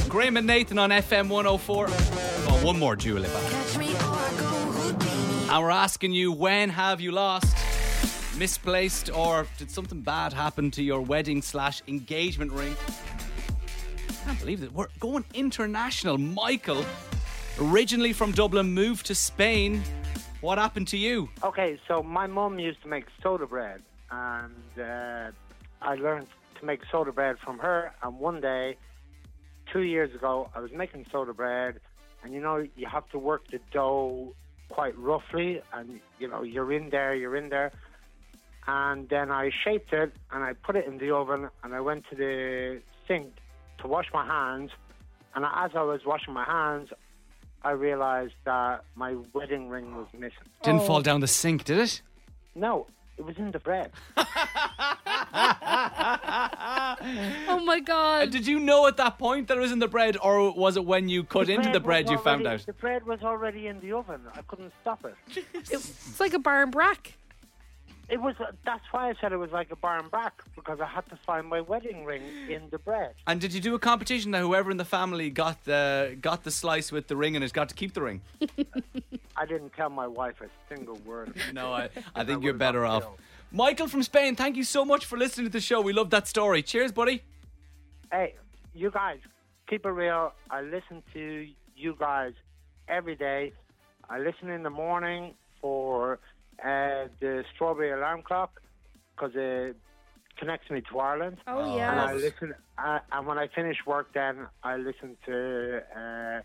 C: Graham and Nathan on FM 104. Oh, one more Dua Lipa.
B: Catch me or go Houdini.
C: And we're asking you when have you lost, misplaced, or did something bad happen to your wedding slash engagement ring? I can't believe that we're going international. Michael, originally from Dublin, moved to Spain. What happened to you?
J: Okay, so my mom used to make soda bread, and uh, I learned to make soda bread from her. And one day, two years ago, I was making soda bread, and you know, you have to work the dough quite roughly, and you know, you're in there, you're in there. And then I shaped it, and I put it in the oven, and I went to the sink to wash my hands. And as I was washing my hands, I realized that my wedding ring was missing.
C: Didn't fall down the sink, did it?
J: No, it was in the bread.
D: Oh my
J: Uh,
D: god.
C: Uh, Did you know at that point that it was in the bread, or was it when you cut into the
J: was
C: bread you found
J: already-
C: out?
J: The bread was already in the oven. I couldn't stop it.
D: It's like a barn brack.
J: It was. That's why I said it was like a barn back because I had to find my wedding ring in the bread.
C: And did you do a competition that whoever in the family got the got the slice with the ring and has got to keep the ring?
J: I didn't tell my wife a single word. about
C: No,
J: it.
C: I, I think you're
J: would've
C: better
J: got
C: off.
J: killed.
C: Michael from Spain, thank you so much for listening to the show. We love that story. Cheers, buddy.
J: Hey, you guys, keep it real. I listen to you guys every day. I listen in the morning for uh, the strawberry alarm clock because it connects me to Ireland.
D: Oh,
J: And
D: yeah.
J: I listen, I, and when I finish work, then I listen to uh,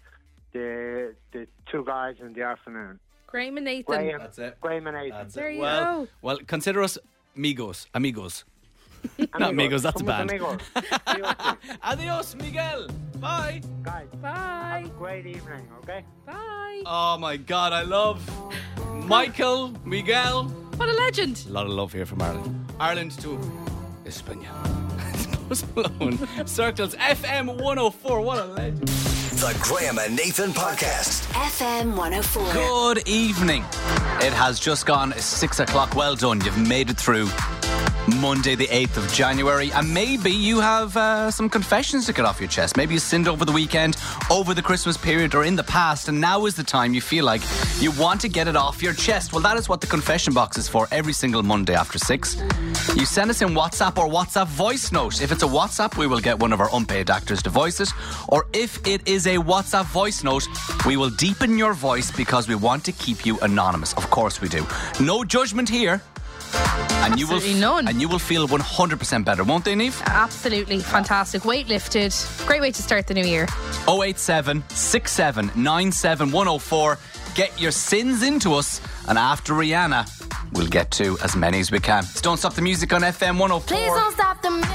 J: the the two guys in the afternoon,
D: Graham and Nathan.
J: Graham,
C: That's it.
J: Graham and Nathan.
C: That's
D: There
C: it.
D: you
C: well,
D: go.
C: well, consider us amigos. Amigos. Not amigos, that's a
J: Someone's
C: band.
J: amigos. Seriously,
C: Adios, Miguel. Bye.
J: guys,
D: Bye.
J: have a great evening, okay?
D: Bye.
C: Oh my God, I love Michael, Miguel.
D: What a legend.
C: A lot of love here from Ireland. Ireland to España. Post Malone. Circles FM 104. What a legend.
A: The Graham and Nathan podcast.
B: FM 104.
C: Good evening. It has just gone six o'clock. Well done. You've made it through Monday, the 8th of January. And maybe you have uh, some confessions to get off your chest. Maybe you sinned over the weekend, over the Christmas period, or in the past. And now is the time you feel like you want to get it off your chest. Well, that is what the confession box is for every single Monday after six. You send us in WhatsApp or WhatsApp voice note. If it's a WhatsApp, we will get one of our unpaid actors to voice it. Or if it is a WhatsApp voice note, we will deepen your voice because we want to keep you anonymous. Of course we do. No judgment here. And you will
D: Absolutely none.
C: and you will feel 100% better, won't they, Neve?
D: Absolutely fantastic. Weight lifted. Great way to start the new year.
C: 087 67 97 104. Get your sins into us, and after Rihanna, we'll get to as many as we can. It's Don't Stop the Music on FM 104.
B: Please don't stop the music.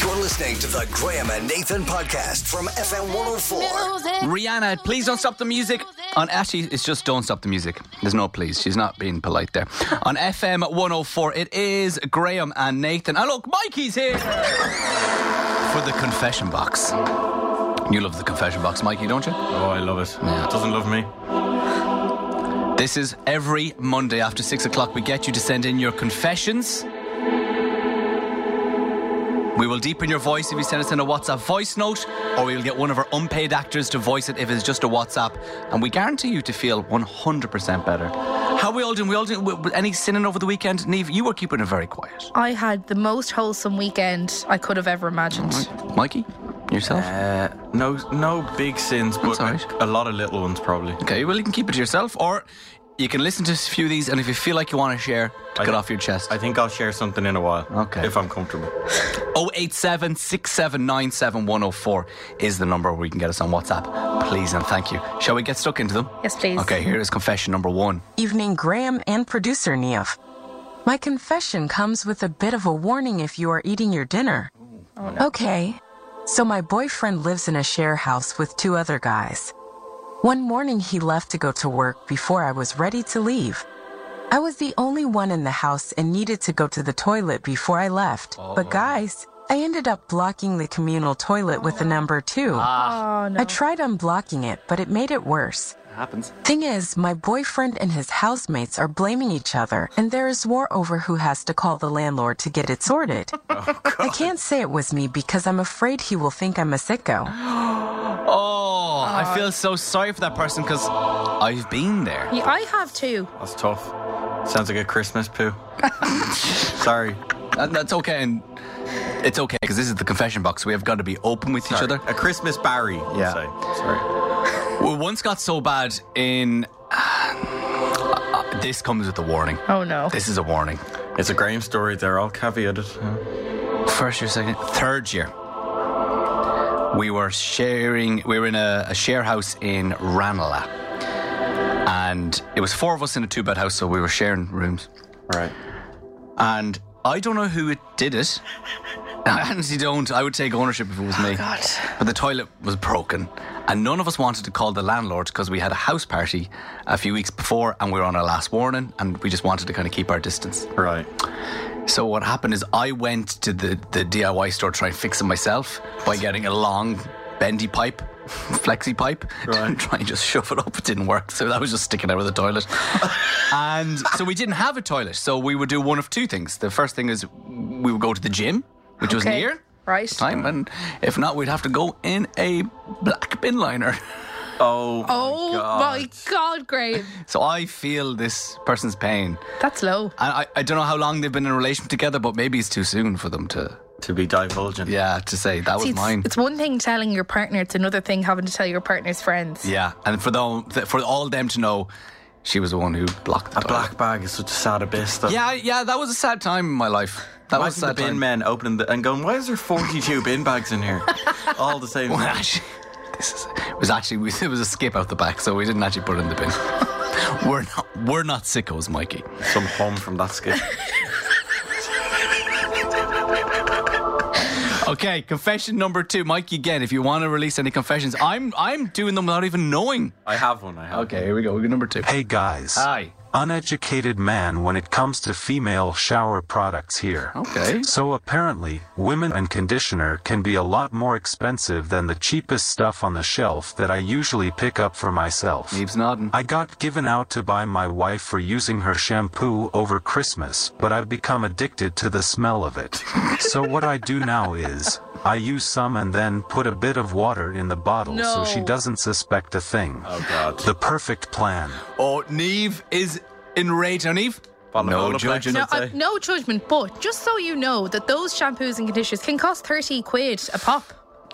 A: You're listening to the Graham and Nathan podcast from FM 104.
B: Music.
C: Rihanna, please don't stop the music. On actually, it's just don't stop the music. There's no please. She's not being polite there. On FM 104, it is Graham and Nathan. And look, Mikey's here for the confession box. You love the confession box, Mikey, don't you?
K: Oh, I love it. Doesn't love me.
C: This is every Monday after six o'clock. We get you to send in your confessions. We will deepen your voice if you send us in a WhatsApp voice note, or we will get one of our unpaid actors to voice it if it's just a WhatsApp, and we guarantee you to feel 100% better. How we all doing? We all doing? w- w- Any sinning over the weekend? Neve, you were keeping it very quiet.
D: I had the most wholesome weekend I could have ever imagined.
C: Mikey, yourself?
L: Uh, no, no big sins, but a lot of little ones probably.
C: Okay, well, you can keep it to yourself, or you can listen to a few of these, and if you feel like you want to share, to get off your chest.
L: I think I'll share something in a while.
C: Okay.
L: If I'm comfortable.
C: 087 is the number where you can get us on WhatsApp. Please and thank you. Shall we get stuck into them?
D: Yes, please.
C: Okay, here is confession number one.
M: Evening, Graham and producer Neef. My confession comes with a bit of a warning if you are eating your dinner.
D: Oh,
M: Okay, so my boyfriend lives in a share house with two other guys. One morning he left to go to work before I was ready to leave. I was the only one in the house and needed to go to the toilet before I left.
C: Oh.
M: But guys, I ended up blocking the communal toilet with a number two.
D: Ah. Oh, no.
M: I tried unblocking it, but it made it worse.
C: Happens.
M: Thing is, my boyfriend and his housemates are blaming each other, and there is war over who has to call the landlord to get it sorted. I can't say it was me because I'm afraid he will think I'm a sicko.
C: Oh, I feel so sorry for that person because I've been there.
D: Yeah, I have too.
L: That's tough. Sounds like a Christmas poo. Sorry.
C: That- that's okay, and it's okay because this is the confession box. We have got to be open with each other.
L: A Christmas Barry.
C: Yeah.
L: Yeah. Say. Sorry.
C: We once got so bad in. Uh, this comes with a warning.
D: Oh no.
C: This is a warning.
L: It's a Graham story. They're all caveated. Yeah.
C: First year, second, third year. We were sharing. We were in a, a share house in Ranelagh, and it was four of us in a two-bed house, so we were sharing rooms.
L: All right.
C: And I don't know who it did it. I honestly don't. I would take ownership if it was me.
D: God.
C: But the toilet was broken, and none of us wanted to call the landlord because we had a house party a few weeks before, and we were on our last warning, and we just wanted to kind of keep our distance.
L: Right.
C: So what happened is I went to the, the DIY store to try and fix it myself by getting a long bendy pipe, flexi pipe, and try and just shove it up. It didn't work, so that was just sticking out of the toilet. and so we didn't have a toilet, so we would do one of two things. The first thing is we would go to the gym, which was
D: Okay.
C: near
D: Right.
C: the time, and if not, we'd have to go in a black bin liner.
L: Oh.
D: Oh my God, Graham.
C: So I feel this person's pain.
D: That's low.
C: And I, I don't know how long they've been in a relationship together, but maybe it's too soon for them to
L: To be divulgent.
C: Yeah, to say that
D: See,
C: was
D: it's,
C: mine.
D: it's one thing telling your partner, it's another thing having to tell your partner's friends.
C: yeah, and for them, th- for all them to know, she was the one who blocked the
L: A black bag is such a sad abyss. Though.
C: Yeah, yeah, that was a sad time in my life. That was a
L: Imagine the
C: sad
L: bin
C: time.
L: men opening the, and going, "Why is there 42 bin bags in here? All the same."
C: Well, actually, this is, it was actually we, it was a skip out the back, so we didn't actually put it in the bin. we're not we're not sickos, Mikey.
L: Some home from that skip.
C: Okay, confession number two, Mikey. Again, if you want to release any confessions, I'm I'm doing them without even knowing.
L: I have one. I have.
C: Okay, here we go. Number two.
N: Hey guys.
C: Hi.
N: Uneducated man when it comes to female shower products here.
C: Okay.
N: So apparently, women and conditioner can be a lot more expensive than the cheapest stuff on the shelf that I usually pick up for myself.
C: Neve's nodding.
N: I got given out to by my wife for using her shampoo over Christmas, but I've become addicted to the smell of it. so what I do now is, I use some and then put a bit of water in the bottle so she
D: No.
N: doesn't suspect a thing.
L: Oh God.
N: The perfect plan.
C: Oh, Neve is enraged. Now, Neve,
L: Follow
C: no
L: Olaplex.
C: judging.
D: No,
L: I'd
D: I,
L: say.
D: no judgment, but just so you know that those shampoos and conditioners can cost 30 quid a pop.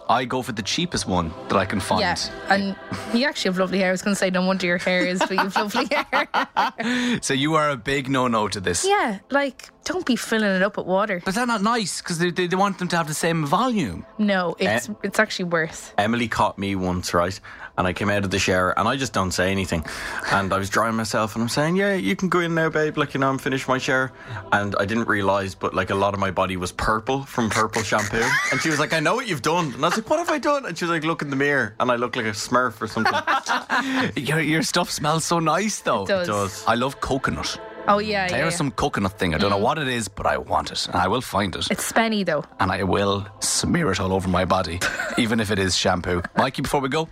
C: I go for the cheapest one that I can find.
D: Yeah. And you actually have lovely hair. I was going to say, no wonder your hair is, but you have lovely hair.
C: So you are a big no-no to this.
D: yeah, like, don't be filling it up with water.
C: But that's not nice because they, they, they want them to have the same volume.
D: No,
C: Eh?
D: it's it's actually worse.
L: Emily caught me once, right? And I came out of the shower and I just don't say anything. And I was drying myself and I'm saying, Yeah, you can go in now, babe. Like, you know, I'm finished my shower. And I didn't realize, but like a lot of my body was purple from purple shampoo. And she was like, I know what you've done. And I was like, What have I done? And she was like, Look in the mirror. And I look like a smurf or something.
C: Your, your stuff smells so nice, though.
D: does. It does.
C: I love coconut.
D: Oh, yeah. yeah,
C: There is
D: yeah.
C: some coconut thing. I don't know what it is, but I want it. And I will find it.
D: It's spenny, though.
C: and I will smear it all over my body, even if it is shampoo. Mikey, before we go,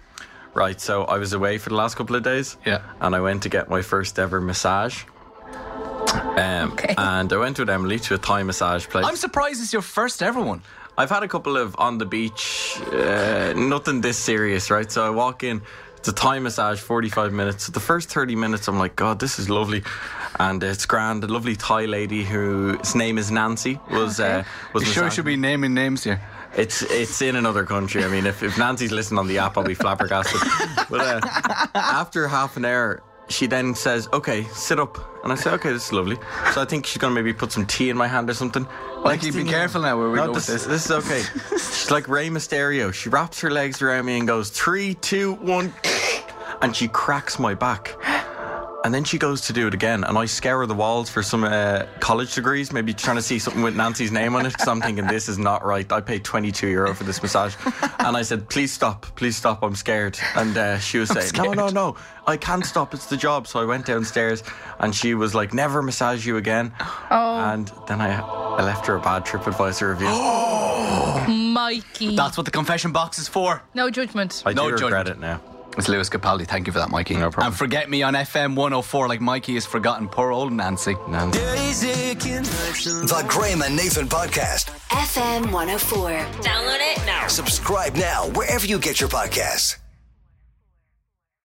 L: Right, so I was away for the last couple of days. Yeah. And I went to get my first ever massage. Um, And I went with Emily to a Thai massage place.
K: I'm surprised it's your first ever one.
L: I've had a couple of on the beach, uh, nothing this serious, right? So I walk in, it's a Thai massage, 45 minutes. The first 30 minutes, I'm like, God, this is lovely. And it's grand. A lovely Thai lady whose name is Nancy was. Uh, was
K: You sure
L: massaging
K: should be naming names here.
L: it's it's in another country. I mean, if, if Nancy's listening on the app, I'll be flabbergasted. But uh, after half an hour, she then says, "Okay, sit up," and I say, "Okay, this is lovely." So I think she's gonna maybe put some tea in my hand or something.
K: Like, you be careful now where we go with
L: this,
K: this.
L: This is okay. she's like Rey Mysterio. She wraps her legs around me and goes three, two, one, and she cracks my back. And then she goes to do it again, and I scour the walls for some uh, college degrees, maybe trying to see something with Nancy's name on it, because I'm thinking this is not right. I paid 22 euro for this massage, and I said, "Please stop, please stop, I'm scared." And uh, she was
K: I'm
L: saying, "No, no, no, I can't stop. It's the job." So I went downstairs, and she was like, "Never massage you again."
D: Oh.
L: And then I, I left her a bad TripAdvisor review.
D: Mikey.
K: That's what the confession box is for.
D: No judgment.
K: I do No regret judgment.
L: it now.
K: It's Lewis Capaldi. Thank you for that, Mikey. No problem. And forget me on FM 104 like Mikey has forgotten poor old Nancy. Nancy.
A: The Graham and Nathan Podcast.
B: oh FM 104. Download it now.
A: Subscribe now wherever you get your podcasts.